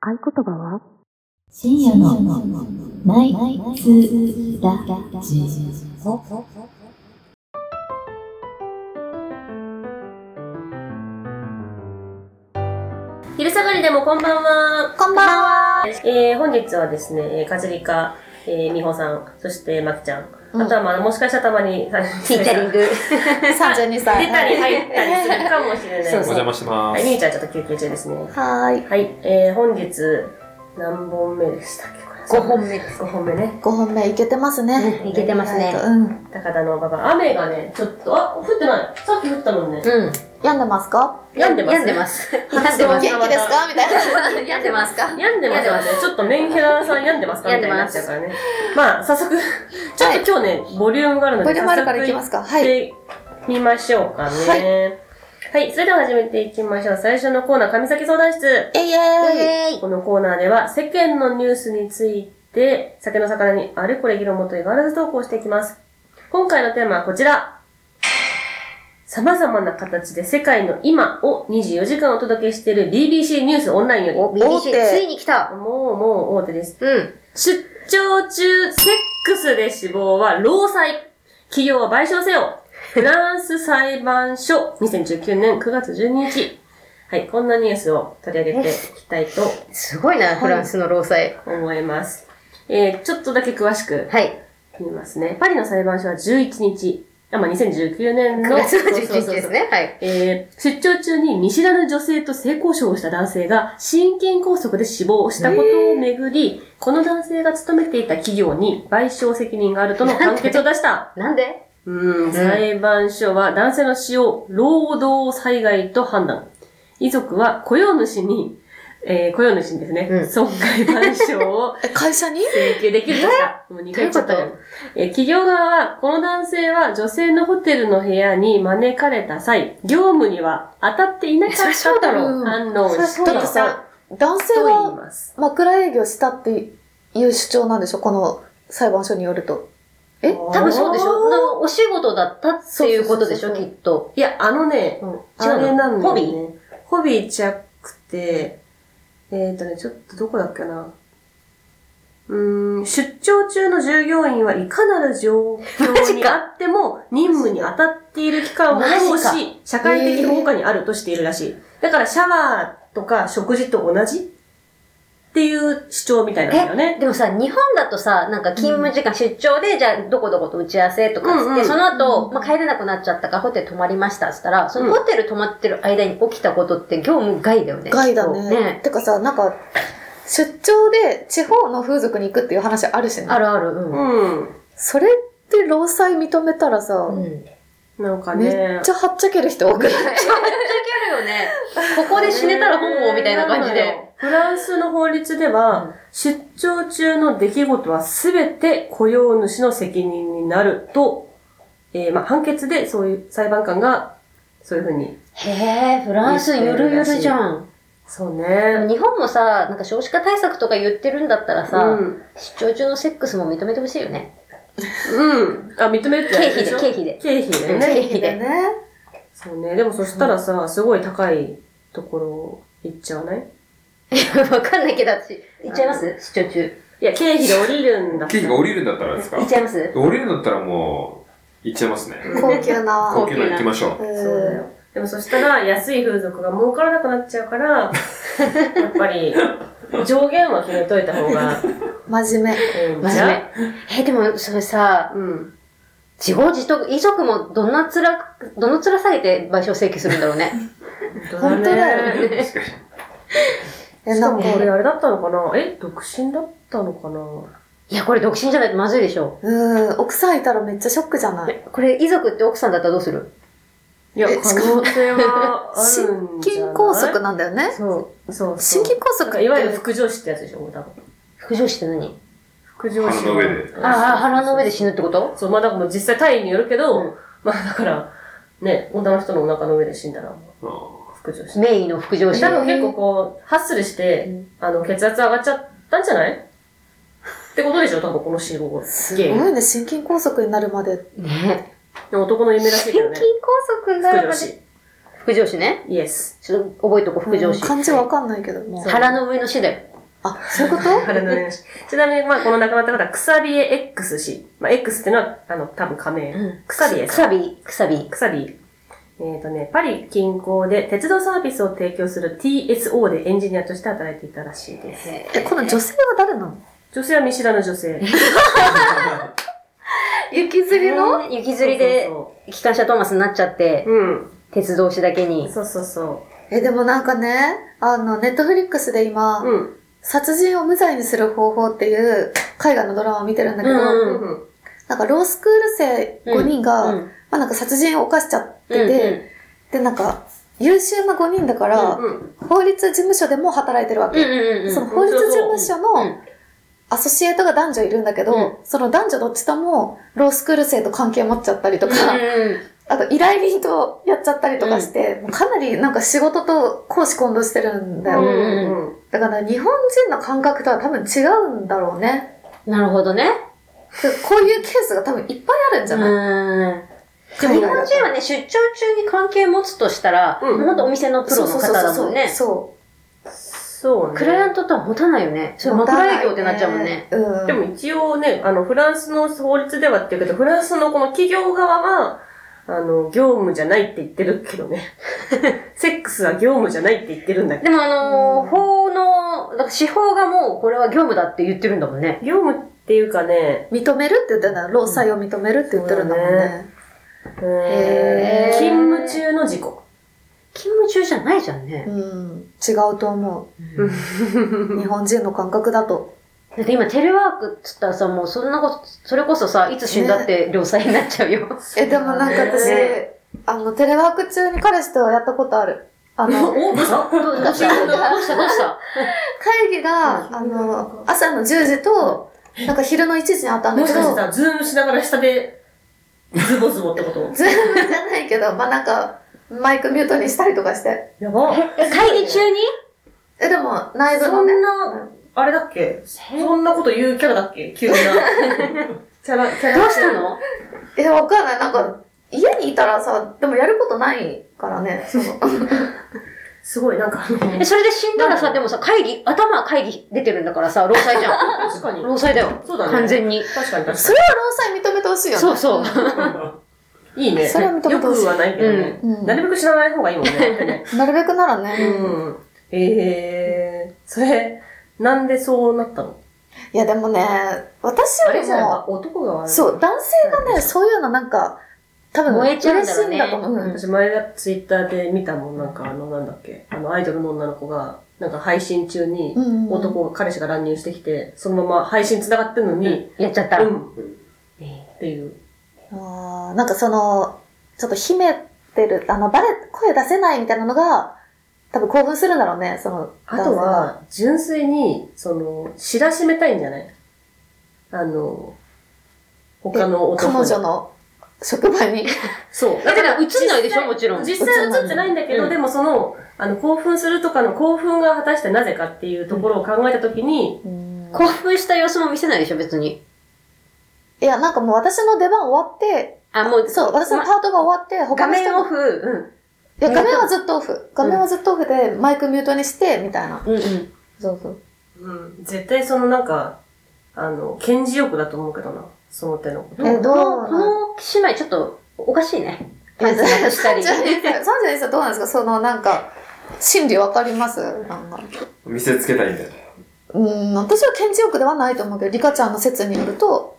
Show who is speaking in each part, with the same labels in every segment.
Speaker 1: 合言葉は
Speaker 2: 深夜のナイツラジオ。
Speaker 3: 昼下がりでもこんばんは。
Speaker 4: こんばんは。
Speaker 3: えー、本日はですね、えーかじりか、えー、みほさん、そしてまきちゃん。
Speaker 4: うん
Speaker 3: あとはまあ、もしかしたらたまに、さ
Speaker 4: ティータリング。32歳。
Speaker 3: 出たり入ったりするかもしれない。
Speaker 4: そう
Speaker 5: お
Speaker 4: そう
Speaker 5: 邪魔してま
Speaker 3: はい、
Speaker 5: す。
Speaker 3: みゆちゃんちょっと休憩中ですね。
Speaker 4: はーい。
Speaker 3: はい、えー、本日、何本目でしたっけ
Speaker 4: 5
Speaker 3: これ。
Speaker 4: 本目です。
Speaker 3: 5本目ね。
Speaker 4: 5本目いけてますね。
Speaker 2: いけてますね。
Speaker 4: うん。
Speaker 3: 高田の馬場。雨がね、ちょっと、あ、降ってない。さっき降ったもんね。
Speaker 2: うん。
Speaker 4: 病んでますか
Speaker 3: 病んでます。。
Speaker 2: 病んでますす。 病んで
Speaker 4: 元
Speaker 2: ま
Speaker 4: 気
Speaker 2: す
Speaker 4: です。かみたいな。
Speaker 2: 病んでますか
Speaker 3: 病んでますよね。ちょっとメンヘラさん病んでますかみたいになっちゃうからね。まあ、早速、ちょっと今日ね、ボリュームがあるので、
Speaker 4: ボリュームあるからいきますか。
Speaker 3: やっ
Speaker 4: はい。
Speaker 3: てみましょうかね。
Speaker 4: は
Speaker 3: はい、それでは始めていきましょう。最初のコーナー、神崎相談室。
Speaker 4: えいえい。
Speaker 2: イェーイ
Speaker 3: このコーナーでは、世間のニュースについて、酒の魚にあれこれ議論もと言わず投稿していきます。今回のテーマはこちら。様々な形で世界の今を24時間お届けしている BBC ニュースオンラインより。も
Speaker 2: お、BBC、
Speaker 4: 大手
Speaker 2: ついに来た
Speaker 3: うもう大手です。
Speaker 2: うん。
Speaker 3: 出張中、セックスで死亡は労災。企業は賠償せよ。フランス裁判所、2019年9月12日。はい、こんなニュースを取り上げていきたいと
Speaker 2: すごいな、フランスの労災。
Speaker 3: 思います。えー、ちょっとだけ詳しく
Speaker 2: はい。
Speaker 3: 言いますね。パリの裁判所は11日、あ、まあ、2019年
Speaker 2: 9
Speaker 3: の
Speaker 2: 月の11日です。
Speaker 3: そうそうそうそう
Speaker 2: ね。はい。
Speaker 3: えー、出張中に見知らぬ女性と性交渉をした男性が心筋梗塞で死亡したことをめぐり、この男性が勤めていた企業に賠償責任があるとの判決を出した。
Speaker 2: なんで
Speaker 3: うん、裁判所は男性の死を労働災害と判断。遺族は雇用主に、えー、雇用主にですね、
Speaker 2: うん
Speaker 3: 損害賠償を
Speaker 4: え、会社に
Speaker 3: 請求できるとした。もう2回言っちゃった
Speaker 2: どうい
Speaker 3: よ。えー企業側は、この男性は女性のホテルの部屋に招かれた際、業務には当たっていなかっ
Speaker 2: そりゃそうだ
Speaker 3: た
Speaker 2: ろ
Speaker 4: う
Speaker 3: と反応
Speaker 2: そりゃ
Speaker 3: し
Speaker 2: そ
Speaker 3: て
Speaker 2: う
Speaker 4: だっ
Speaker 3: い
Speaker 2: だろ
Speaker 4: て
Speaker 3: た
Speaker 4: さ、男性
Speaker 3: と言い
Speaker 4: は
Speaker 3: ます。
Speaker 4: 枕営業したっていう主張なんでしょこの裁判所によると。
Speaker 2: え多分そうでし
Speaker 3: あ
Speaker 2: ょ
Speaker 3: ー
Speaker 2: のお仕事だったっていうことでしょ
Speaker 3: そうそうそう
Speaker 2: き
Speaker 3: そう
Speaker 2: っと。
Speaker 3: いや、あのね、
Speaker 2: うん。
Speaker 3: あれなんだ
Speaker 2: ホ
Speaker 3: よ
Speaker 2: ビ
Speaker 3: ね。
Speaker 2: ー
Speaker 3: ホビーちゃくて、えっ、ー、とね、ちょっとどこだっけな。うーん、出張中の従業員はいかなる状況にあっても任務に当たっている期間を
Speaker 2: マジか
Speaker 3: 保護し、社会的保護下にあるとしているらしい。だからシャワーとか食事と同じっていう主張みたいなんだよね。
Speaker 2: でもさ、日本だとさ、なんか勤務時間、出張で、じゃあ、どこどこと打ち合わせとかっつって、
Speaker 3: うんうん
Speaker 2: その後、まあ、帰れなくなっちゃったから、ホテル泊まりましたっつったら、そのホテル泊まってる間に起きたことって業務外だよね。
Speaker 4: 害だ
Speaker 2: きっ
Speaker 4: ね。
Speaker 2: とね
Speaker 4: てかさ、なんか、出張で地方の風俗に行くっていう話あるしね。
Speaker 2: あるある、うん。
Speaker 3: うん。
Speaker 4: それって労災認めたらさ、
Speaker 2: うん。
Speaker 3: なんか
Speaker 4: め
Speaker 3: ね。
Speaker 4: っちゃはっちゃける人多くない
Speaker 2: あるよね。ここで死ねたら本望みたいな感じで。。
Speaker 3: フランスの法律では、
Speaker 2: うん
Speaker 3: 出張中の出来事は全て雇用主の責任になると、えーまあ、判決でそういう裁判官がそういうふうに。
Speaker 2: へえ、フランスゆるゆるじゃん。
Speaker 3: そう
Speaker 2: でも
Speaker 3: ね。
Speaker 2: 日本もさ、なんか少子化対策とか言ってるんだったらさ、
Speaker 3: うん。
Speaker 2: 出張中のセックスも認めてほしいよね。
Speaker 3: うん。あ、認めるって
Speaker 2: 経
Speaker 3: やつ
Speaker 2: 費で、
Speaker 3: しょ
Speaker 2: 経費で。
Speaker 3: 経費で
Speaker 2: 経
Speaker 3: ね。
Speaker 2: 費で。
Speaker 4: ね。
Speaker 3: そうね。でもそしたらさ、すごい高いところ行っちゃわない
Speaker 2: わかんないけど、私、行っちゃいます出張中。
Speaker 3: いや、経費で降りるんだって
Speaker 5: ケーキが降りるんだったらですか
Speaker 2: 行っちゃいます
Speaker 5: 降りるんだったらもう、行っちゃいますね。
Speaker 4: 高級な。
Speaker 5: 高級な行きましょう。
Speaker 3: そうだよ。でもそしたら安い風俗が儲からなくなっちゃうから、やっぱり上限は決めといた方が
Speaker 4: 真面目。
Speaker 3: いいんじ
Speaker 2: 真面
Speaker 3: ゃ
Speaker 2: 目。え、でも、それさ、
Speaker 3: ううん。
Speaker 2: 自業自得、遺族もどんな辛く、どの辛さげて賠償請求するんだろう ね。
Speaker 4: 本当だ
Speaker 3: よね。
Speaker 5: 確かに。
Speaker 4: え、
Speaker 3: し
Speaker 4: な
Speaker 3: か
Speaker 4: ん
Speaker 3: も
Speaker 4: か、
Speaker 3: これあれだったのかなえ、独身だったのかない
Speaker 2: や、これ独身じゃないとまずいでしょ。
Speaker 4: うん、奥さんいたらめっちゃショックじゃない
Speaker 2: これ遺族って奥さんだったらどうする
Speaker 3: いや、
Speaker 4: え
Speaker 3: 可能性はあるん
Speaker 4: 心
Speaker 3: じゃない
Speaker 4: 筋梗塞なんだよね。
Speaker 3: そう。そう。
Speaker 4: 心筋梗
Speaker 3: なんか
Speaker 4: 塞
Speaker 3: いわゆる
Speaker 4: って
Speaker 3: 副上司ってやつでしょ、多分。
Speaker 2: 副上司って何
Speaker 3: 副上司。
Speaker 5: 腹の上で
Speaker 2: ああ、腹の上で死
Speaker 3: ぬ。
Speaker 2: ぬってこと
Speaker 3: そう、まあだからもう実際単位によるけど、
Speaker 2: うん
Speaker 3: まあだから、ね、女の人のお腹の上で死んだら、も
Speaker 5: うん
Speaker 3: う副上司。
Speaker 2: メインの副上司。
Speaker 3: 多分結構こう、ハッスルして、
Speaker 2: うん
Speaker 3: あの、血圧上がっちゃったんじゃないってことでしょ多分この死亡
Speaker 4: す
Speaker 3: 原因。
Speaker 4: ごいね、心筋梗塞になるまで。
Speaker 2: ね
Speaker 3: でも男の夢らし
Speaker 2: 心
Speaker 3: いけ
Speaker 2: 筋
Speaker 3: どね。
Speaker 2: 梗塞にな
Speaker 3: 副
Speaker 2: る
Speaker 3: 上
Speaker 2: ま
Speaker 3: 司
Speaker 2: で。。副上司ね。
Speaker 3: イエス。
Speaker 2: ちょっと覚えとこう、副上司。
Speaker 4: 漢字わかんないけども。
Speaker 2: 腹の上の死だよ。
Speaker 4: あ、そういうこと
Speaker 3: あれだね。ちなみに、まあ、この亡くなった方は、くさびえ X 氏。まあ、X っていうのは、あの、多分仮名。
Speaker 2: うん。
Speaker 3: くさびえ
Speaker 2: く
Speaker 3: さん。
Speaker 2: さび、くさび。
Speaker 3: くさび。えっ、とね、パリ近郊で鉄道サービスを提供する TSO でエンジニアとして働いていたらしいです。
Speaker 4: え、この女性は誰なの
Speaker 3: 女性は見知らぬ 女性。
Speaker 4: 雪吊りの
Speaker 2: ね雪吊りで
Speaker 3: そ
Speaker 2: 機関車トーマスになっちゃって
Speaker 3: う、そう
Speaker 2: 鉄道士だ
Speaker 3: そ
Speaker 2: け
Speaker 3: う。う
Speaker 2: に
Speaker 3: ん。。そうそうそ
Speaker 4: え、でもなんかね、あの、ネットフリックスで今、
Speaker 3: う。うん。
Speaker 4: 殺人を無罪にする方法っていう海外のドラマを見てるんだけど、
Speaker 2: うん
Speaker 3: うんうん。
Speaker 4: なんかロースクール生5人が、
Speaker 2: うん
Speaker 4: まあなんか殺人を犯しちゃってて、
Speaker 2: うんうん
Speaker 4: でなんか優秀な5人だから、
Speaker 3: うん。
Speaker 4: 法律事務所でも働いてるわ
Speaker 2: うん
Speaker 4: け。
Speaker 2: うんうん
Speaker 4: その法律事務所
Speaker 2: う
Speaker 4: の
Speaker 2: ん
Speaker 4: アソシエートが男女いるんだけど、
Speaker 2: うん
Speaker 4: その男女どっちともロースクール生と関係持っちゃったりとか、
Speaker 2: うんうん
Speaker 4: あと依頼人とやっちゃったりとかして、もうかなりなんか仕事と公私混同してるんだよ。
Speaker 2: うん
Speaker 4: だから日本人の感覚とは多分違うんだろうね。
Speaker 2: なるほどね。
Speaker 4: でこういうケースが多分いっぱいあるんじ
Speaker 2: う
Speaker 4: ゃない、
Speaker 2: ん。日
Speaker 4: 海
Speaker 2: 本
Speaker 4: 外だと
Speaker 2: 人はね、出張中に関係持つとしたら、
Speaker 3: うん
Speaker 2: もうほんとお店のプロの方だもんね。
Speaker 4: そ
Speaker 3: そうね。
Speaker 2: クライアントとは持たないよね。
Speaker 4: う
Speaker 2: そ
Speaker 4: そうそう。持
Speaker 2: れ
Speaker 4: た
Speaker 2: 枕
Speaker 4: ない
Speaker 2: 営業ってなっちゃうもんね。。
Speaker 4: うん。
Speaker 3: でも一応ね、あの、フランスの法律ではっていうけど、フランスのこの企業側は、あの、業務じゃないって言ってるけどね。セックスは業務じゃないって言ってるんだけ
Speaker 2: でもあのー法の、だから司法がもうこれは業務だって言ってるんだもんね。
Speaker 3: ど。業務っていうかね、
Speaker 4: 認めるって言ってるんだよ。労災を認めるって言ってるんだもんね。へ
Speaker 3: えー
Speaker 4: ー
Speaker 3: 勤務中の事故。
Speaker 2: 勤務中じゃないじゃんね。
Speaker 4: うん。違うと思
Speaker 2: うん
Speaker 4: う。日本人の感覚だと。
Speaker 2: だって今テレワークっつったらさ、もうそんなこと、それこそさ、いつ死んだって良妻になっちゃうよ。
Speaker 4: え、でもなんか私
Speaker 3: ね、
Speaker 4: あの、テレワーク中に彼氏とやったことある。あの、
Speaker 3: お、どうした
Speaker 2: どうしたどうしたどうした
Speaker 4: 会議が、あの、朝の10時と、なんか昼の1時にあったんだ
Speaker 3: も
Speaker 4: け
Speaker 3: し
Speaker 4: ど
Speaker 3: か、してさ、ズームしながら下で、ズボズボってこと
Speaker 4: ズームじゃないけど、まあなんか、マイクミュートにしたりとかして。
Speaker 3: やば。
Speaker 2: 会議中に
Speaker 4: え、でも、内部
Speaker 3: そ
Speaker 4: のね。
Speaker 3: んな、あれだっけそんなこと言うキャラだっけ急な。 キャラ、キャラ。
Speaker 2: どうしたの
Speaker 4: え、わかんない。なんか、家にいたらさ、でもやることないからね。 その
Speaker 3: すごい、なんかあの、
Speaker 2: え、それで死んだらさ、でもさ、会議、頭は会議出てるんだからさ、労災じゃん。
Speaker 3: 確かに。
Speaker 2: 労災だよ。
Speaker 3: そうだね
Speaker 2: 完全に。
Speaker 3: 確かに確かに。
Speaker 4: それは労災認めてほしいよね。
Speaker 2: そうそう。
Speaker 3: いいね。
Speaker 4: それは認めて
Speaker 3: よく
Speaker 4: ほしい
Speaker 3: はないけどね。
Speaker 4: うん
Speaker 3: なるべく知らない方がいいもんね。
Speaker 4: なるべくなら
Speaker 3: う
Speaker 4: ね。
Speaker 3: ん。えー、それ、なんでそうなったの
Speaker 4: いや、でもね、私
Speaker 3: あ
Speaker 4: よ
Speaker 3: れ
Speaker 4: り
Speaker 3: じゃやっ
Speaker 4: も、
Speaker 3: ぱ男が悪い。
Speaker 4: そう、男性がね、そういうのなんか、多分、
Speaker 2: 燃えちゃうん
Speaker 4: 嬉
Speaker 2: だ
Speaker 4: し
Speaker 2: ろ
Speaker 4: い
Speaker 2: うんね
Speaker 4: だと思う。うん
Speaker 3: 私前がツイッターで見たもん、なんかあの、なんだっけ、あの、アイドルの女の子が、なんか配信中に、
Speaker 4: うん
Speaker 3: 男が、彼氏が乱入してきて、そのまま配信繋がってんのに、
Speaker 2: やっちゃった
Speaker 3: う
Speaker 2: ら。
Speaker 3: ん、っていう。
Speaker 4: あーなんかその、ちょっと秘めてる、あの、バレ、声出せないみたいなのが、多分興奮するんだろうね、その、
Speaker 3: あとは、純粋に、その、知らしめたいんじゃないあの、他の
Speaker 4: 男性
Speaker 3: 男
Speaker 4: が、
Speaker 3: に
Speaker 4: 彼女の職場に。
Speaker 3: そう。
Speaker 2: だから映んないでしょもちろん
Speaker 3: 実際映ってないんだけど、
Speaker 2: うん
Speaker 3: でもその、あの、興奮するとかの興奮が果たしてなぜかっていうところを考えたときに、
Speaker 2: 興奮した様子も見せないでしょ、別に。
Speaker 4: いや、なんかもう私の出番終わって、
Speaker 2: あ、もう、
Speaker 4: そう、私のパートが終わって、
Speaker 2: 画
Speaker 4: 他の人
Speaker 2: 面オ
Speaker 4: も、
Speaker 2: フ、う
Speaker 4: いや、画面はずっとオフ。画面はずっとオフで、マイクミュートにして、みたいな。
Speaker 2: ん。うんうん。
Speaker 4: そうそう。
Speaker 3: うん、絶対そのなんか、あの、検事欲だと思うけどな、その手のこと。
Speaker 4: え、どう
Speaker 2: この姉妹ちょっとおかしいね。パンツなくしたり。
Speaker 4: 32歳、32歳どうなんですかその、なんか、心理わかりますなんか。
Speaker 5: 見せつけたいんだよ。
Speaker 4: うーん、私は顕示欲ではないと思うけど、リカちゃんの説によると、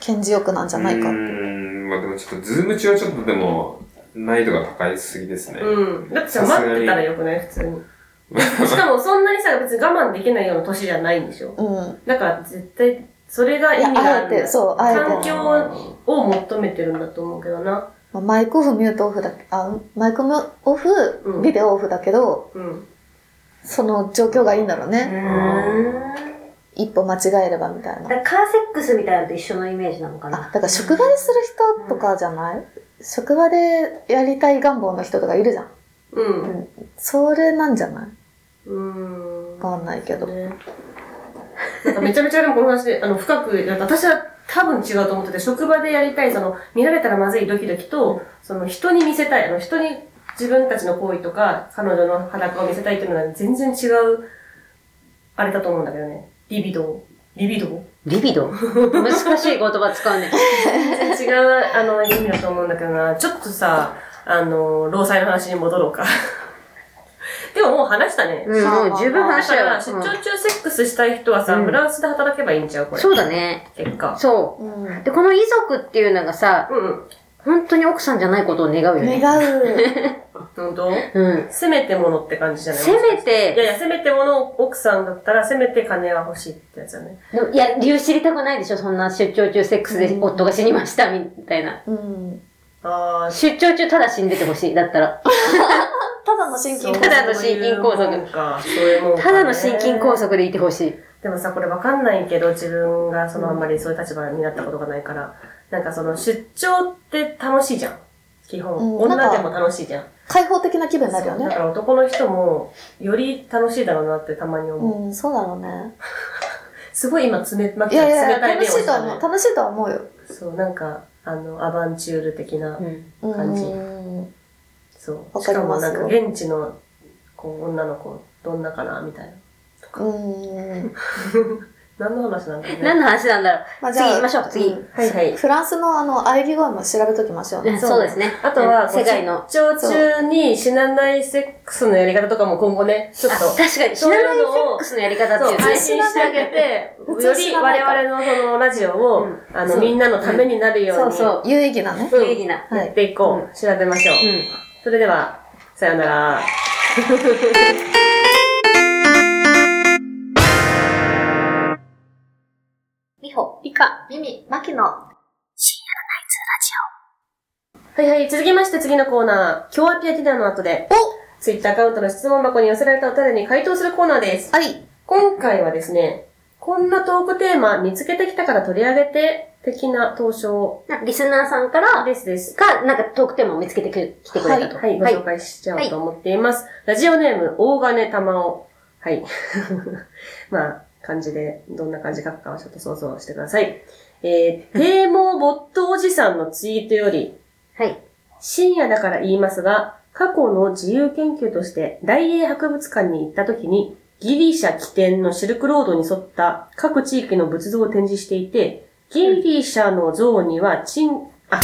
Speaker 4: 顕示欲なんじゃないうか。
Speaker 5: ーん、まあでもちょっと、ズーム中はちょっとでも、難易度が高いすぎですね。
Speaker 3: うん。だってさ、
Speaker 5: さすがに
Speaker 3: 待ってたらよくない普通に。しかもそんなにさ、別に我慢できないような年じゃないんでしょ。
Speaker 4: うん。
Speaker 3: だから絶対、それが
Speaker 4: い
Speaker 3: 意
Speaker 4: や
Speaker 3: 味、があ
Speaker 4: あえ
Speaker 3: るんだ
Speaker 4: て、そう、あえ
Speaker 3: 環
Speaker 4: て。
Speaker 3: 境を求めてるんだと思うけどな。
Speaker 4: まあマイクオフ、ミュートオフだけ、あ、マイクオ
Speaker 3: うん
Speaker 4: フ、ビデオオフだけど、
Speaker 3: うん。
Speaker 4: その状況がいいんだろう
Speaker 2: う
Speaker 4: ね。
Speaker 2: ーん。
Speaker 4: 一歩間違えればみたい
Speaker 2: だ
Speaker 4: な
Speaker 2: か。らカーセックスみたいなのと一緒のイメージなのか
Speaker 4: あ
Speaker 2: な。、
Speaker 4: だから職場でする人とかじゃない職場でやりたい願望の人とかいるじゃん。
Speaker 3: うん。
Speaker 4: それなんじゃないう
Speaker 3: ーん。
Speaker 4: わかんないけど。
Speaker 3: ねなんかめちゃめちゃでもこの話で、あの、深く、なんか私は多分違うと思ってて、職場でやりたい、その、見られたらまずいドキドキと、その、人に見せたい、あの、人に自分たちの行為とか、彼女の裸を見せたいっていうのは全然違うあれだと思うんだけどね。リビドー。リビドー
Speaker 2: リビド難しい言葉使うね。
Speaker 3: 全然違う、あの、意味だと思うんだけどな。ちょっとさ、あの、労災の話に戻ろうか。 でももう話したね。
Speaker 2: うん、もう十分
Speaker 3: だ
Speaker 2: 話し
Speaker 3: か
Speaker 2: たよ
Speaker 3: ら、。出張中セックスしたい人はさ、
Speaker 2: うん
Speaker 3: フランスで働けばいいんちゃうこ
Speaker 2: うん
Speaker 3: れ。
Speaker 2: そうだね。
Speaker 3: 結果。
Speaker 2: そ
Speaker 4: うん。
Speaker 2: う。で、この遺族っていうのがさ、
Speaker 3: うんうん。
Speaker 2: 本当に奥さんじゃないことを願うよね。
Speaker 4: 願う。
Speaker 3: 本当
Speaker 2: うん。
Speaker 3: せめてものって感じじゃない
Speaker 2: せめ
Speaker 3: いや
Speaker 2: て、
Speaker 3: いや、せめてもの奥さんだったら、せめて金は欲しいってやつだね。
Speaker 2: でもいや、理由知りたくないでしょそんな出張中セックスで
Speaker 4: うん
Speaker 2: 夫が死にました、みたいな。
Speaker 4: うん。
Speaker 3: あー、
Speaker 2: 出張中ただ死んでてほしい。だったら。
Speaker 4: ただの心筋
Speaker 3: そう
Speaker 2: ただの心筋梗
Speaker 3: そう
Speaker 2: 塞
Speaker 3: いうもんか。そういうもんかね
Speaker 2: ただの心筋梗塞でいてほしい。
Speaker 3: でもさ、これわかんないけど、自分がそのあんまりそういう立場になったことがないから、なんかその出張って楽しいじゃん。基本。
Speaker 4: うんなんか
Speaker 3: 女でも楽しいじゃん。
Speaker 4: 開放的な気分になるよ
Speaker 3: そうだ
Speaker 4: ね。
Speaker 3: から男の人も、より楽しいだろうなってたまに思う。
Speaker 4: うん、そうだろうね。
Speaker 3: すごい今、つめ、ま
Speaker 4: い
Speaker 3: きちゃ
Speaker 4: や
Speaker 3: ん
Speaker 4: いやい
Speaker 3: 冷
Speaker 4: や、
Speaker 3: たい
Speaker 4: 楽
Speaker 3: 目を
Speaker 4: しい
Speaker 3: し
Speaker 4: と
Speaker 3: た
Speaker 4: は思う。
Speaker 3: ね。
Speaker 4: 楽しいとは思うよ。
Speaker 3: そう、なんか、あの、アバンチュール的な、
Speaker 2: うん。
Speaker 4: う
Speaker 3: 感じ
Speaker 4: ん。
Speaker 3: そう。
Speaker 4: わ
Speaker 3: し
Speaker 4: かりますよ
Speaker 3: かもなんか、現地の、こう、女の子、どんなかな、みたいな。
Speaker 4: うん。
Speaker 3: 何の話なんだろうね。
Speaker 2: 何の話なんだろう。
Speaker 4: まあ
Speaker 2: 次行きましょう次
Speaker 4: ん
Speaker 3: はいはい。
Speaker 4: フランスのあの、喘ぎ声も調べときましょうね。
Speaker 2: うんそうですね。
Speaker 3: あとは、
Speaker 2: うん世界の。
Speaker 3: 出張中に死なないセックスのやり方とかも今後ね、ちょっ
Speaker 2: あ
Speaker 3: と。
Speaker 2: 確かに、死な
Speaker 3: そう
Speaker 2: ないいうセ
Speaker 3: の
Speaker 2: ッ
Speaker 3: を
Speaker 2: クスのやり方って
Speaker 3: そう、
Speaker 2: いうね
Speaker 3: 配。信してあげて、
Speaker 4: 普
Speaker 3: よ
Speaker 4: 通
Speaker 3: り
Speaker 4: 知らないから
Speaker 3: 我々のそのラジオを、
Speaker 2: うん
Speaker 3: あ
Speaker 2: そ
Speaker 3: の、
Speaker 2: う
Speaker 3: みんなのためになるように、
Speaker 2: そうそ
Speaker 4: 有意義なね。
Speaker 2: う。有意義な。
Speaker 4: は
Speaker 3: やっ
Speaker 4: い。
Speaker 3: ていこう、調べましょう。
Speaker 2: うん。
Speaker 3: それでは、さようなら。
Speaker 2: みほ。
Speaker 4: リカ、ミミ、マキの。
Speaker 3: はいはい、続きまして次のコーナー、今日アピアディナーの後で、ツイッターアカウントの質問箱に寄せられたお便りに回答するコーナーです。
Speaker 4: はい。
Speaker 3: 今回はですね、こんなトークテーマ見つけてきたから取り上げて、的な投書
Speaker 2: なリスナーさんから、
Speaker 3: ですです。
Speaker 2: が、なんかトークテーマを見つけてく来てくれたと。
Speaker 3: はい、ご紹介しちゃおうと思っています。ラジオネーム、大金玉を。はい。 まあ、漢字で、どんな漢字書くかはちょっと想像してください。え ー、低毛ボットおじさんのツイートより、
Speaker 2: はい。
Speaker 3: 深夜だから言いますが、過去の自由研究として大英博物館に行った時に、ギリシャ起点のシルクロードに沿った各地域の仏像を展示していて、ギリシャの像にはチン、あ、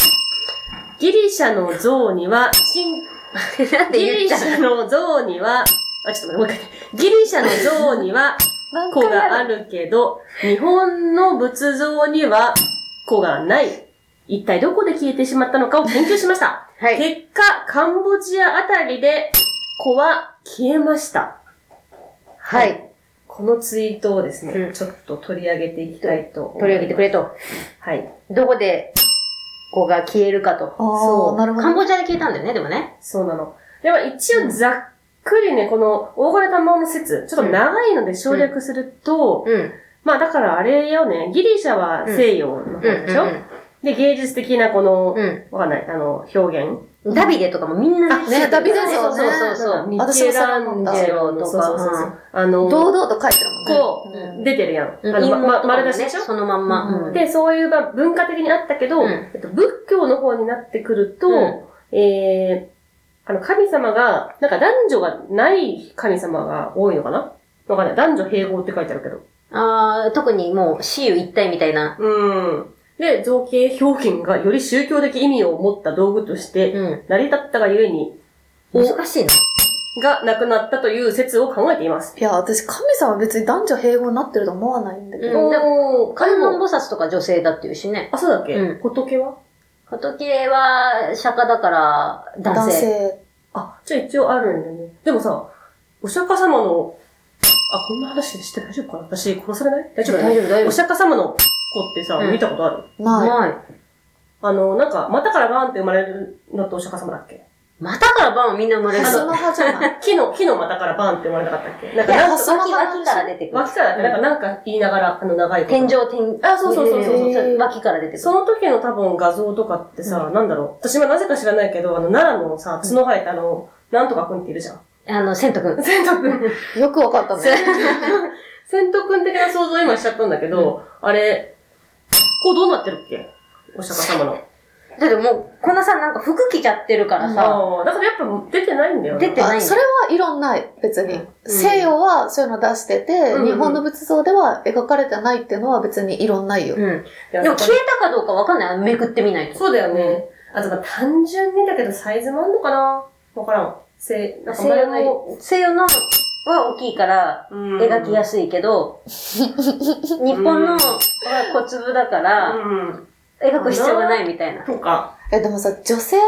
Speaker 3: ギリシャの像にはチン、
Speaker 2: なん
Speaker 3: ギ
Speaker 2: で言
Speaker 3: リシ
Speaker 2: っちゃう
Speaker 3: ャの像には、あ、ちょっと待って、もう一回。ギリシャの像に は
Speaker 4: 何
Speaker 3: 子
Speaker 4: 回や
Speaker 3: があ
Speaker 4: る
Speaker 3: るけど、日本の仏像には子がない。一体どこで消えてしまったのかを研究しました。
Speaker 2: はい。
Speaker 3: 結果、カンボジアあたりで子は消えました。
Speaker 2: はい。
Speaker 3: このツイートをですね、
Speaker 2: うん
Speaker 3: ちょっと取り上げていきたいと思います。
Speaker 2: 取り上げてくれと。
Speaker 3: はい。
Speaker 2: どこで、子が消えるかと。
Speaker 4: ああ、なるほ
Speaker 2: カン
Speaker 4: ど。
Speaker 2: ボジアで消えたんだよね、でもね。
Speaker 3: そうなの。では一応ざっくりね、この大金玉の説、ちょっと長いので省略すると、
Speaker 2: うん。
Speaker 3: まあだからあれよね、ギリシャは西洋の方
Speaker 2: うん。
Speaker 3: でしょ、
Speaker 2: う
Speaker 3: で、芸術的なこの、
Speaker 2: ん。うん
Speaker 3: わかんない、あの、表現。
Speaker 2: うん。ダビデとかもみんな
Speaker 4: ねダビデ像ね
Speaker 2: そうそうそうそう。
Speaker 3: ミ
Speaker 4: 私
Speaker 3: ケ
Speaker 4: もそれ
Speaker 3: ラ
Speaker 4: 思
Speaker 3: ン
Speaker 4: っ
Speaker 3: ジ
Speaker 4: た
Speaker 3: ェロの
Speaker 2: そう
Speaker 3: そう
Speaker 2: そう
Speaker 3: そ
Speaker 2: そうう
Speaker 3: そう。あの、
Speaker 4: 堂々と書いてるもんね。
Speaker 3: こう
Speaker 4: うん
Speaker 3: 出てるやん。
Speaker 2: うん
Speaker 3: あの、
Speaker 2: 陰謀と
Speaker 3: ま、
Speaker 2: か
Speaker 3: 丸
Speaker 2: も
Speaker 3: 出しでしょ
Speaker 2: ね、そのまんま。
Speaker 4: うん
Speaker 2: うん
Speaker 3: で、そういうまあ文化的にあったけど、
Speaker 2: うん
Speaker 3: えっと、仏教の方になってくると、
Speaker 2: うん
Speaker 3: えー、あの、神様が、なんか男女がない神様が多いのかなわかんない。男女併合って書いてあるけど。
Speaker 2: あー特にもう、死ゆ一体みたいな。
Speaker 3: うん。で、造形表現がより宗教的意味を持った道具として、
Speaker 2: うん。
Speaker 3: 成り立ったがゆえに、
Speaker 2: 難しいな。
Speaker 3: がなくなったという説を考えています。
Speaker 4: いや、私、神様は別に男女併合になってると思わないんだけ
Speaker 2: うん
Speaker 4: ど。
Speaker 3: おー、彼
Speaker 2: 観音
Speaker 3: も、
Speaker 2: 菩薩とか女性だっていうしね。
Speaker 3: あ、そうだっけ、
Speaker 2: うん
Speaker 3: 仏は
Speaker 2: 仏は釈迦だから男
Speaker 4: 男
Speaker 2: 性。
Speaker 4: 性。
Speaker 3: あ、じゃあ一応あるんだね。でもさ、お釈迦様の、あ、こんな話して大丈夫かな私殺されない大丈夫だ
Speaker 2: 大
Speaker 3: ね
Speaker 2: 丈夫、大丈
Speaker 3: お
Speaker 2: 夫。
Speaker 3: 釈迦様の子ってさ、
Speaker 2: うん
Speaker 3: 見たことある
Speaker 4: ない。
Speaker 2: はい。
Speaker 3: あの、なんか、股からバーンって生まれるのってお釈迦様だっけ
Speaker 2: またから晩はみんな生まれる
Speaker 4: ハ
Speaker 3: あ
Speaker 4: ス
Speaker 3: の
Speaker 4: の葉じゃない。
Speaker 3: 木の、木の股からバーンって生まれなかったっけなん
Speaker 2: い
Speaker 3: か、
Speaker 2: や、
Speaker 3: な
Speaker 2: 脇
Speaker 3: んか、
Speaker 4: その
Speaker 2: 脇から出てくる。
Speaker 3: 脇から、なんか、なんか言いながら、あの、長いこと
Speaker 2: 天井、天
Speaker 3: あそうそうそうそう
Speaker 4: そう
Speaker 2: 脇から出てく
Speaker 3: そ
Speaker 2: る。
Speaker 3: の時の多分画像とかってさ、なんだろう。私はなぜか知らないけど、あの、奈良のさ、角生えたあの、なんとかくんっているじゃん。
Speaker 2: あの、千とくん。
Speaker 3: 千とくん。
Speaker 4: よくわかったね。
Speaker 3: 戦闘君的な想像今しちゃったんだけど、あれ、こうどうなってるっけお釈迦様の。
Speaker 2: だってもう、このさ、なんか服着ちゃってるからさ、
Speaker 3: ああ、だからやっぱ出てないんだよな。
Speaker 2: 出てない
Speaker 4: あそれは異論ない、別に。
Speaker 2: うん
Speaker 4: 西洋はそういうの出してて、
Speaker 3: うん
Speaker 4: 日本の仏像では描かれてないっていうのは別に異論ないよ。
Speaker 2: うん。
Speaker 3: いや
Speaker 2: でも消えたかどうかわかんない。めくってみないと。
Speaker 3: そうだよね。あとまあ単純にだけどサイズもあんのかなわからん。せ、なんか
Speaker 2: 西
Speaker 3: 前
Speaker 2: 洋
Speaker 3: の、
Speaker 2: の、西洋のは大きいから、描
Speaker 3: 描
Speaker 2: きやすいけど、日本のは小粒だから、
Speaker 3: うん。
Speaker 2: 描く必要がないみたいな。
Speaker 3: とか。
Speaker 4: え、でもさ、女性の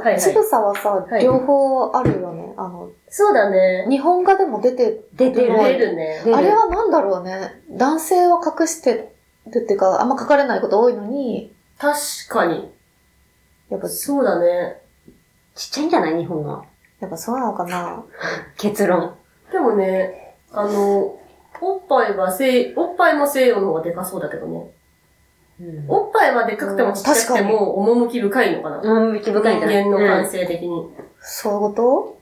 Speaker 3: はいは
Speaker 4: さ、
Speaker 3: い
Speaker 4: ちぐさはさ
Speaker 3: は、い
Speaker 4: 両方あるよね。あの、
Speaker 3: そうだね。
Speaker 4: 日本画でも出て、
Speaker 2: 出て
Speaker 3: 出
Speaker 2: る。
Speaker 3: るね。
Speaker 2: 出る
Speaker 4: あれはなんだろうね。男性は隠してるっていうか、あんま描かれないこと多いのに、
Speaker 3: 確かに。
Speaker 4: やっぱ、
Speaker 3: そうだね。
Speaker 2: ちっちゃいんじゃない日本は。
Speaker 4: やっぱそうなのかな。
Speaker 2: 結論。
Speaker 3: でもね、あの、おっぱいは西、おっぱいも西洋の方がでかそうだけどね。
Speaker 2: う
Speaker 3: おっぱいはでかくてもちっちゃくても、趣深いのかな。
Speaker 2: ん。向き深いんじゃない
Speaker 3: 人間の
Speaker 2: うん
Speaker 3: 感性的に。
Speaker 4: そういうこ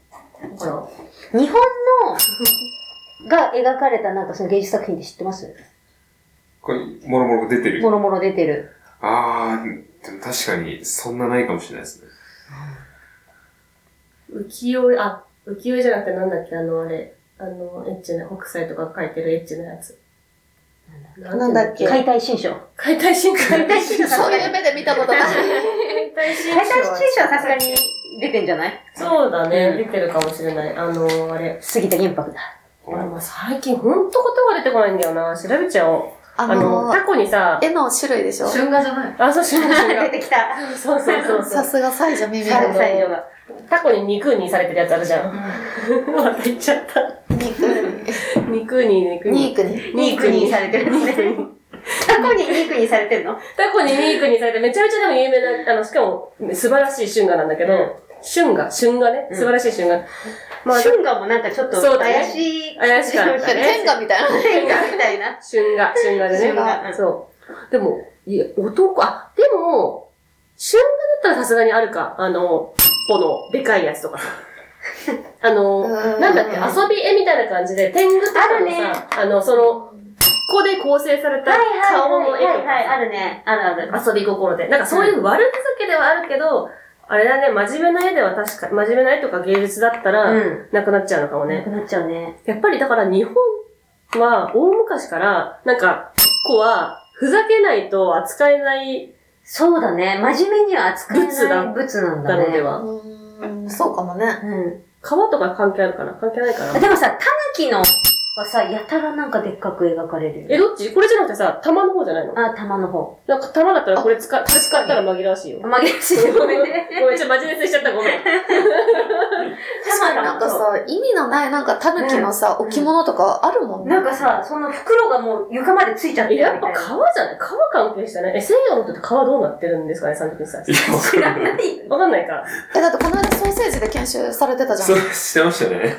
Speaker 4: と
Speaker 3: だから
Speaker 2: 日本の、が描かれたなんかその芸術作品って知ってます
Speaker 5: これ、もろもろ出てる
Speaker 2: も。ろもろ出てる。
Speaker 5: あー、でも確かに、そんなないかもしれないですね。
Speaker 3: 浮世絵、あ、浮世絵じゃなくてなんだっけ、あのあれ、あの、エッチな、北斎とか書いてるエッチなやつ。
Speaker 4: なんだっけ
Speaker 2: 解体新書。
Speaker 3: 解体新書。解
Speaker 2: 体新書
Speaker 4: そういう目で見たことない。
Speaker 3: 解体新書
Speaker 2: 解体新書はさすが
Speaker 3: に。
Speaker 2: に出てんじゃない
Speaker 3: そうだ
Speaker 2: う
Speaker 3: ね
Speaker 2: ん、
Speaker 3: 出てるかもしれない。あの、あれ。
Speaker 2: 杉田玄白だ。
Speaker 3: 俺も最近ほんとことが出てこないんだよな。調べちゃおう。
Speaker 4: あ
Speaker 3: あの、
Speaker 4: の、
Speaker 3: タコにさ、
Speaker 4: 絵の種類でしょ
Speaker 1: 春画じゃない。
Speaker 3: あ、そう、しん
Speaker 2: 出てきた。
Speaker 3: そうそうそうそ
Speaker 4: さ
Speaker 3: う。
Speaker 4: すが西女耳
Speaker 3: さ
Speaker 4: が
Speaker 3: すが
Speaker 2: 最初が。
Speaker 3: タコに肉にされてるやつあるじゃん。 また言っちゃった。
Speaker 4: 肉
Speaker 3: 肉に、肉に。
Speaker 4: に、肉に。
Speaker 2: 肉にされてるんですね。過去に肉にされてるの
Speaker 3: タコにミークにされて、めちゃめちゃでも有名な、あの、しかも、素晴らしい春画なんだけど、春画、春画ね、
Speaker 2: うん
Speaker 3: 素晴らしい春画。まあ、春
Speaker 2: 春画もなんかちょっと
Speaker 3: そうだね
Speaker 2: 怪しい。
Speaker 3: 怪しかったね
Speaker 4: 天下みたいな。
Speaker 2: 変化みたいな。
Speaker 3: 画、春画でね。
Speaker 4: 春画
Speaker 3: そう。でも、いや、男、あ、でも、春画だったらさすがにあるか。あの、この、でかいやつとかさ。 あの、
Speaker 4: うん
Speaker 3: なんだっけ、遊び絵みたいな感じで、天狗とかのさ、あの、その、ここで構成された顔の絵とかさ、
Speaker 2: はいはい、あるね。あるある。
Speaker 3: 遊び心で。なんかそういう悪ふざけではあるけど、あれだね、真面目な絵では確か、真面目な絵とか芸術だったら、
Speaker 2: うん。
Speaker 3: なくなっちゃうのかも
Speaker 2: な
Speaker 3: ね。
Speaker 2: くなっちゃうね。
Speaker 3: やっぱりだから日本は、大昔から、なんか、子は、ふざけないと扱えない
Speaker 2: そうだね。真面目には扱えない物なん
Speaker 3: だ
Speaker 2: だ
Speaker 3: ろうで
Speaker 2: ね。
Speaker 3: は。
Speaker 4: うーんそうかもね。
Speaker 2: うん。
Speaker 3: 川とか関係あるかな関係ないかな
Speaker 2: でもさ、タヌキのはさ、やたらなんかでっかく描かれるよ
Speaker 3: え、
Speaker 2: ね。
Speaker 3: どっちこれじゃなくてさ、玉の方じゃないの
Speaker 2: あ、玉の方。
Speaker 3: なんか玉だったらこれ使、これ使ったら紛らわしいよ。
Speaker 2: 曲げ足ごめんね。
Speaker 3: ごめん、ちょっと真面目にしちゃった、ごめん。
Speaker 2: 玉だ
Speaker 4: なんかさ、意味のないなんか狸のさ、
Speaker 2: うん
Speaker 4: 置物とかあるもんね
Speaker 2: なん。かさ、その袋がもう床までついちゃって
Speaker 3: え
Speaker 2: るみた
Speaker 3: や
Speaker 2: い
Speaker 3: っぱ
Speaker 2: な。
Speaker 3: 川じゃない川関係してないえ、西洋の人って川どうなってるんですかね、サンドキさん。
Speaker 5: いや、わ
Speaker 2: 知ら
Speaker 5: かる。
Speaker 2: ない。
Speaker 3: わかんないか。
Speaker 4: え、だってこの間ソーセージで研修されてたじゃ ん
Speaker 5: それ。してましたね。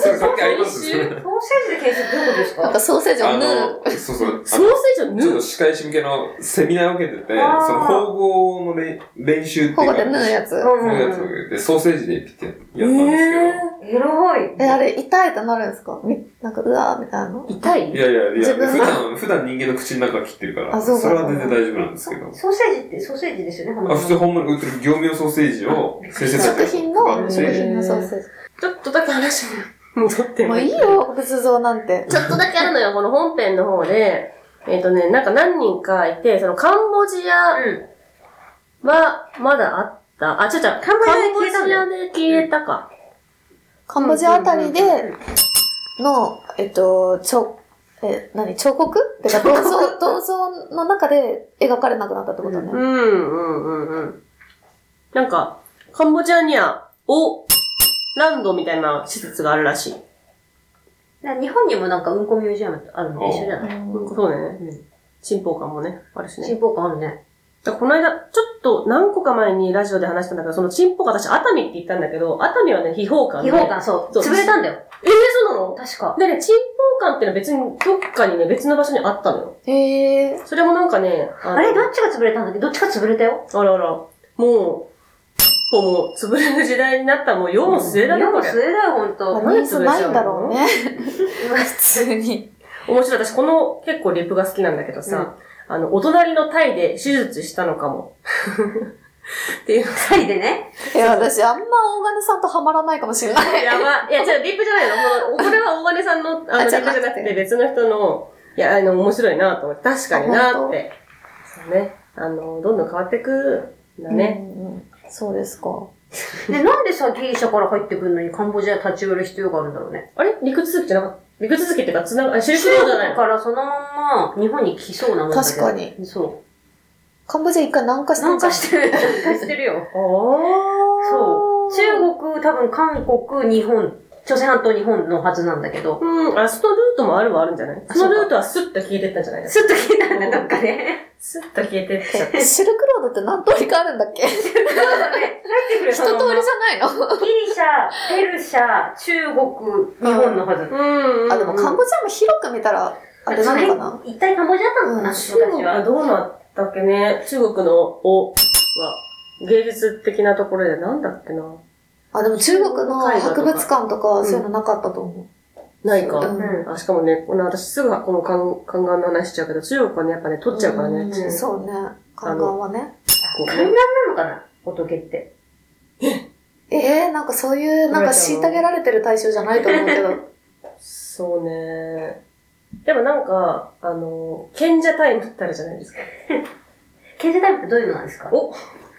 Speaker 5: それ関係あります
Speaker 3: 先週
Speaker 2: ソーセージで検証どういうことです
Speaker 4: なん
Speaker 2: か
Speaker 4: かソーセージを
Speaker 5: あ
Speaker 4: 縫う。
Speaker 5: の、そうそう。あの
Speaker 3: ソーセージを
Speaker 5: ちょっ
Speaker 3: 縫
Speaker 5: と
Speaker 3: う
Speaker 5: 歯科医師向けのセミナーを受けてて、そ
Speaker 2: あー
Speaker 5: の縫合のれん練習って
Speaker 4: こ
Speaker 5: いう
Speaker 4: こで
Speaker 5: か、
Speaker 4: 縫うやつ。
Speaker 5: 縫うや
Speaker 2: う
Speaker 5: つで、ソーセージでピッてやったんですけど、
Speaker 2: ん。エロい。
Speaker 4: え、あれ、痛いってなるんですかみなんか、うわーみたいな。
Speaker 3: 痛
Speaker 5: い
Speaker 3: い
Speaker 5: やいやいや、
Speaker 4: 自分
Speaker 5: 普
Speaker 4: が
Speaker 5: 段、普段人間の口の中は切ってるから、
Speaker 4: あそうか
Speaker 5: れは全然大丈夫なんですけど。
Speaker 2: ソーセージってソーセージですよね、
Speaker 5: あ普通本物に売ってる業務用ソーセージを先生たち
Speaker 4: 食
Speaker 5: が
Speaker 4: 品の、
Speaker 5: うん
Speaker 4: 食品のソーセー
Speaker 3: ちょっとだけ話に戻って。
Speaker 4: ジ。もういい。よ、仏像なんて。
Speaker 3: ちょっとだけあるのよ、この本編の方で。えっ、とね、なんか何人かいて、そのカンボジア
Speaker 2: う
Speaker 3: はまだあった。あ、ちょちょ、カン
Speaker 2: ボジアで消えたんだよ
Speaker 3: カンボジアで消えたか。
Speaker 4: カンボジアあたりでの、えっと、彫、え、何、彫刻ってか、銅 像、銅像の中で描かれなくなったってことね
Speaker 3: う。ん、うん、うん、うん。なんか、カンボジアには、お、ランドみたいな施設があるらしい。
Speaker 2: ん。日本にもなんかうんこミュージアムってあるの一緒じゃない
Speaker 4: うん
Speaker 3: そうだよね。
Speaker 2: うん
Speaker 3: 進歩感もね、あるしね。
Speaker 2: 進歩感あるね。
Speaker 3: だからこの間、ちょっと何個か前にラジオで話したんだけど、そのチンポが私、熱海って言ったんだけど、熱海はね、秘宝館
Speaker 2: 違
Speaker 3: で。
Speaker 2: 法感、そう。
Speaker 3: そう
Speaker 2: 潰れたんだよ。
Speaker 3: えー、そうなの
Speaker 2: 確か。
Speaker 3: でね、チンポ館ってのは別に、どっかにね、別の場所にあったのよ。
Speaker 4: へえ。
Speaker 3: それもなんかね、あ
Speaker 2: あれ、どっちが潰れたんだっけどっちか潰れたよ。
Speaker 3: あらあら、もう、もう、潰れる時代になった、もう、世も末だな、こ
Speaker 2: も
Speaker 3: れ。
Speaker 2: 末だよ、ほ
Speaker 4: ま
Speaker 2: んと。
Speaker 4: あニーズないんだろうね。普通に。
Speaker 3: 面白い。私、この、結構リップが好きなんだけどさ、あの、お隣のタイで手術したのかも。 っていう。
Speaker 2: 二人でね。
Speaker 4: いや、私、あんま大金さんとハマらないかもしれない。
Speaker 3: やばい。いや、じゃあ、リップじゃないの。このこれは大金さんの、あの、
Speaker 4: あ
Speaker 3: リッ
Speaker 4: じ
Speaker 3: プじ
Speaker 4: ゃ
Speaker 3: ゃ
Speaker 4: なくて
Speaker 3: なくて、別の人の、いや、あの、面白いなと思って、確かにな
Speaker 4: あ
Speaker 3: っ
Speaker 4: 本
Speaker 3: て。そうね。あの、どんどん変わってくんだね。
Speaker 4: うんうん。そうですか。
Speaker 2: ね、なんでさ、ギリシャから入ってくるのにカンボジア立ち寄る必要があるんだろ うね。
Speaker 3: あれ陸続きじゃなかった陸続きっていうか、つなが、あ、シルク
Speaker 2: 中
Speaker 3: ロードじゃない
Speaker 2: 国
Speaker 3: の
Speaker 2: からそのまんま日本に来そうなもんだけど
Speaker 4: 確かに。
Speaker 2: そ
Speaker 4: カンボジア一回南下し
Speaker 2: う。
Speaker 4: た
Speaker 2: なん
Speaker 4: んじゃ
Speaker 2: か
Speaker 4: ん。
Speaker 2: してる。なんかしてるよ。
Speaker 3: おー。
Speaker 2: そう。中国、多分韓国、日本、朝鮮半島、日本のはずなんだけど。
Speaker 3: うん、あ、そのルートもあるはあるんじゃない
Speaker 2: あ
Speaker 3: そのルートはスッと消えてったんじゃないの
Speaker 2: すっと聞いたんだ、どっかで。
Speaker 3: スッと消えてっちゃった。
Speaker 4: えシルクロードって何通りかあるんだっけ一通り
Speaker 2: 入ってくる
Speaker 4: じゃないの
Speaker 2: ギリシャ、ペルシャ、中国、日本のはず。
Speaker 3: うん、うん。
Speaker 4: あ、でもカンボジアも広く見たら、あれなのかな
Speaker 2: それ一体カンボジアだったのかな、
Speaker 4: うん
Speaker 3: 中
Speaker 2: 昔
Speaker 3: 国は
Speaker 2: は。
Speaker 3: どうなったっけね中国のおは芸術的なところでなんだっけな
Speaker 4: あ、でも中国の博物館とかそういうのなかったと思
Speaker 3: ないか。
Speaker 4: うん
Speaker 2: うん
Speaker 3: あしかもね、この私すぐこの宦宦官の話しちゃうけど、中国はね、やっぱね、取っちゃうからね。
Speaker 4: う。
Speaker 3: こ
Speaker 4: うん、そうね。観覧はね。
Speaker 3: う
Speaker 2: 観覧
Speaker 3: ね。
Speaker 2: なのかな仏って。
Speaker 4: えー、なんかそういう、なんか虐げられてる対象じゃないと思う けど。
Speaker 3: そうね。でもなんか、あの、賢者タイムってあるじゃないですか。
Speaker 2: 経済タイプってどういうのなんですか
Speaker 3: お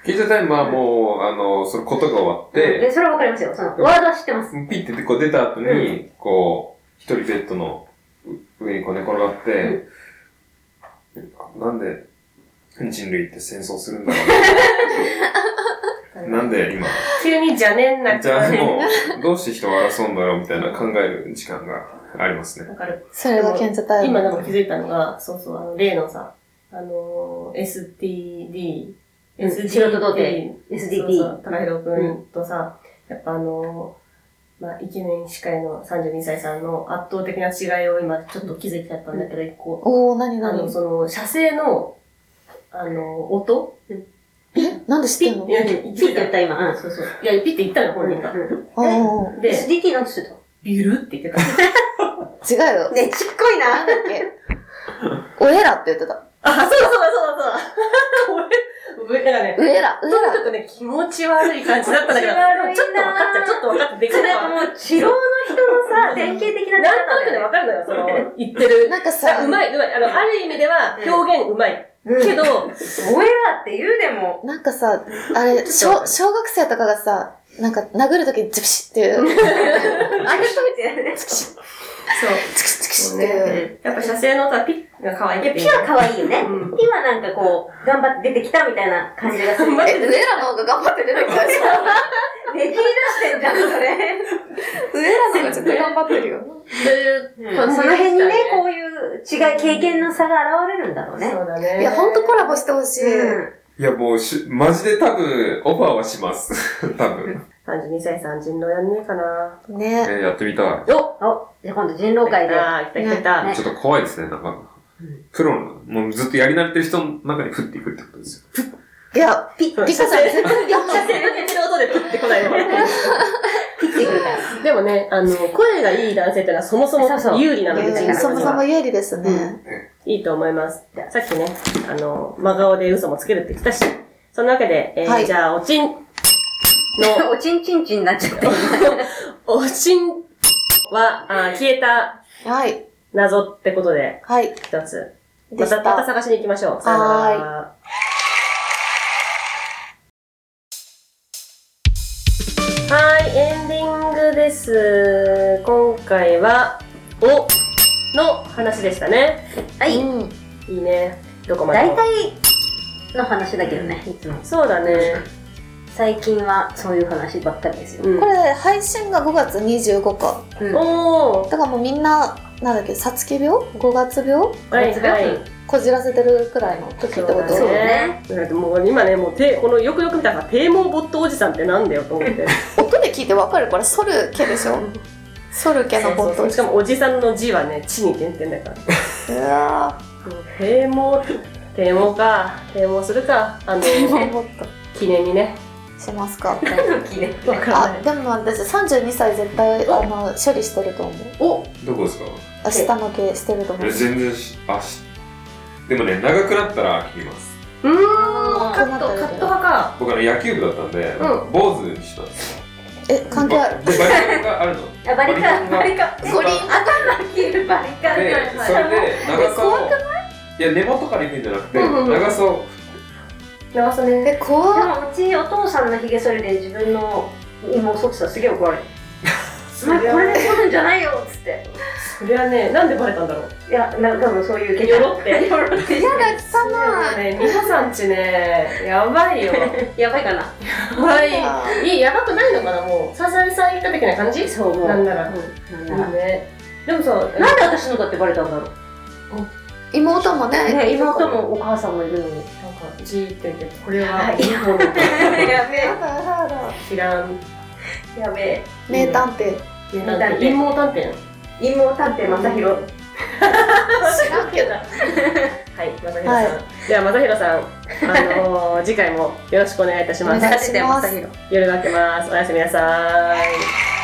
Speaker 5: 聞いたタイムはもう、あの、そのことが終わっ
Speaker 2: え、
Speaker 5: て、
Speaker 2: それはわかりますよ。その、ワードは知ってます。
Speaker 5: ピッてこう出た後に、こう、一人ベッドの上にこう寝転がって、なんで人類って戦争するんだろ うな。なんで今、
Speaker 3: 急に邪念なっち
Speaker 5: じ
Speaker 3: ゃ
Speaker 5: ゃ
Speaker 3: う
Speaker 5: あ
Speaker 3: ね。
Speaker 5: もう、どうして人を争うんだろうみたいな考える時間がありますね。
Speaker 3: わかる。
Speaker 4: それが賢者タイ
Speaker 3: 今
Speaker 4: ム。
Speaker 3: なんか気づいたのが、そうそう、あの、例のさ、あのー、STD、
Speaker 2: うん素人童貞 SDD
Speaker 3: そうそう、高弘くんとさ、やっぱあのー、まあ、イケメン司会の32歳さんの圧倒的な違いを今ちょっと気づいちゃったんだけど、一個。
Speaker 4: おー、なに
Speaker 3: あ
Speaker 4: な
Speaker 3: の、
Speaker 4: に
Speaker 3: その、射精の、あの、音
Speaker 4: え、なんで知ってんの
Speaker 3: ピッ
Speaker 2: ピッて言った今。うん。
Speaker 3: そうそう。いや、ピッて言ったの、本人が。
Speaker 4: あー
Speaker 3: で、
Speaker 2: SDT なんてしてた
Speaker 3: ビュルって言ってた。
Speaker 4: 違うよ。
Speaker 2: ね、ちっこい
Speaker 4: なん
Speaker 2: な。
Speaker 4: だっけ おえらって言ってた。
Speaker 3: あ、そうだそうだそうだそうだ。俺、なんかね、
Speaker 4: うえら、うえ
Speaker 3: ちょっとね、気持ち悪い感じだったんだけど、
Speaker 2: 気持ち悪いな
Speaker 3: ちょっと分かった、ちょっと分かった、でき
Speaker 2: そ
Speaker 3: る
Speaker 2: れは
Speaker 3: わ。
Speaker 2: もう、治療の人のさ、典型的な
Speaker 3: なんとなくね、分かるのよ、その、言ってる。
Speaker 4: ら。なんか
Speaker 3: あ
Speaker 4: さ、
Speaker 3: うまい、うまい。あの、ある意味では、表現うまい。
Speaker 2: うん
Speaker 3: けど、
Speaker 2: おえらって言うでも。
Speaker 4: なんかさ、あれ、
Speaker 3: ちょっ
Speaker 4: 小、
Speaker 3: と
Speaker 4: 小学生とかがさ、なんか殴るときにズプシっていう、
Speaker 2: あれといてね。
Speaker 4: チクシチクシ
Speaker 3: そ
Speaker 4: っ
Speaker 3: う。
Speaker 4: ていう。
Speaker 3: ね、やっぱ写生の音はピッが可愛いっ
Speaker 2: いや、
Speaker 3: てい
Speaker 2: ピは可愛いよね。
Speaker 3: うん
Speaker 2: 今なんかこう、頑張って出てきたみたいな感じがす る。
Speaker 4: え、うえらの方が頑張って出てきたでし
Speaker 2: ねじり出してんじゃん、それ。
Speaker 4: ょ。うえらの方がちょっと頑張ってるよ。
Speaker 3: ういう感じ
Speaker 2: そ
Speaker 3: で
Speaker 2: の辺
Speaker 3: し
Speaker 2: に
Speaker 3: た
Speaker 2: ね、こういう違い、経験の差が現れるんだろうね。
Speaker 3: そうだね。
Speaker 4: いや、ほんとコラボしてほしい。
Speaker 5: いや、もうし、マジで多分、オファーはします。 多分。
Speaker 3: 32歳さん人狼やんねえかな。
Speaker 5: え
Speaker 4: ね。
Speaker 5: ーやってみた
Speaker 3: お
Speaker 2: お、じゃあ今度人狼会で。
Speaker 3: 来た来た来た。
Speaker 2: ね
Speaker 5: い。ちょっと怖いですね、なんか。プロの、もうずっとやり慣れてる人の中に降っていくってことですよ。
Speaker 4: いや、ピッ、ピカさん絶対やんない。
Speaker 3: 音でプってこない よ。
Speaker 2: 切ってくるから。
Speaker 3: でもね、あの、声がいい男性ってのはそもそも
Speaker 2: そうそう
Speaker 3: 有利なので、
Speaker 4: うんそもそも
Speaker 3: い
Speaker 4: 有利ですね。
Speaker 3: いと思います。さっきね、あの、真顔で嘘もつけるって言ってたし、そんなわけで、えー
Speaker 4: はい
Speaker 3: じゃあ、おち んの、
Speaker 2: おちんちんちんになっちゃって。
Speaker 3: おちんはあー消えた
Speaker 4: はい。
Speaker 3: 謎ってことで、
Speaker 4: はい。
Speaker 3: 一つ。
Speaker 4: で
Speaker 3: ま、
Speaker 4: したた。
Speaker 3: また探しに行きましょう。さよなら。はい、エンディングです。今回は、おの話でしたね。
Speaker 2: はい。
Speaker 4: うん。
Speaker 3: いいね。どこまで
Speaker 2: 大
Speaker 3: も。
Speaker 2: 体の話だけどね、いつも。
Speaker 3: そうだね。
Speaker 2: 最近はそういう話ばっかりですよ。
Speaker 3: うん
Speaker 4: こ、れ、配信が5月25か。
Speaker 2: うん。
Speaker 3: おー
Speaker 4: だからもうみんな、なんだっけ、さつき病 ?5 月病
Speaker 3: はい
Speaker 2: こいつが
Speaker 3: はい。
Speaker 4: こじらせてるくらいの時ってこ
Speaker 3: そう
Speaker 4: と
Speaker 3: だね。だってもう今ね、もうて、このよくよく見たら、低毛ボットおじさんってなんだよと思 って。
Speaker 4: 音で聞いてわかるこれ、ソルケでし ょソルケのボッ
Speaker 3: そうそうそう
Speaker 4: ト。
Speaker 3: しかもおじさんの字はね、地に点々だから。
Speaker 4: うわ
Speaker 3: 堤防堤防か堤防するか あの
Speaker 4: ーボット。
Speaker 3: 記念にね
Speaker 4: しますか。
Speaker 2: 記念
Speaker 3: わからな
Speaker 4: あ、
Speaker 3: い
Speaker 4: でも私32歳絶対、あの、処理してると思う。
Speaker 2: お
Speaker 5: どこですか
Speaker 4: 明日の毛してると思
Speaker 5: いや
Speaker 4: う。
Speaker 5: 全然し、あし、でもね、長くなったら切ります。
Speaker 3: うーん、
Speaker 2: あー
Speaker 3: カット、カット派か。
Speaker 5: 僕あの野球部だったんで、
Speaker 3: う
Speaker 5: 坊主にしたんですよ。
Speaker 4: え、関係ある。
Speaker 5: で、バリカンがあるの。
Speaker 2: あ、バリカン、バリカン。
Speaker 5: ゴリン
Speaker 2: 頭切るバリカン
Speaker 5: で、それで長さを
Speaker 2: 怖く
Speaker 5: いや根元から行くんじゃなくて、
Speaker 3: うんうんうん
Speaker 5: 長さを
Speaker 3: 長さね。
Speaker 4: え、怖っ。
Speaker 2: でもうちお父さんのひげ剃りで自分の芋剃ってたらすげえ怒られる お前これで剃るんじゃないよっつって
Speaker 3: それはね、なんでバレたんだろう。
Speaker 2: いやなんか多分そういう
Speaker 3: よろって
Speaker 2: よろって
Speaker 4: 嫌だ、
Speaker 3: そうだ
Speaker 4: 汚
Speaker 3: ね、皆さんちね、やばいよ。
Speaker 2: やばいかな
Speaker 3: はい。いい、やばくないのかな、もう。サザエさん行った的な感じ
Speaker 2: そう思う
Speaker 3: なんなら。
Speaker 2: なんなら
Speaker 3: いいね。でもさ、
Speaker 2: なんで私のだってバレたんだろ
Speaker 4: い。妹も
Speaker 2: う、
Speaker 4: ね。
Speaker 2: ね、妹。もお母さんもいるのに
Speaker 3: なんか、じーって言って、これは、
Speaker 2: はい
Speaker 3: 日本の
Speaker 2: やべ
Speaker 4: やだやだ。
Speaker 3: 知らん。
Speaker 2: えやべえ
Speaker 4: 名探偵。
Speaker 2: 名探偵
Speaker 3: 陰謀探偵。
Speaker 2: 陰謀探偵正宏
Speaker 3: 知らんけど。はい、まさひろさん。では、まさひろさん、あのー、次回もよろしくお願いいたします。
Speaker 4: お願いします
Speaker 2: 探偵正宏
Speaker 3: 夜が明けます。おやすみなさーい。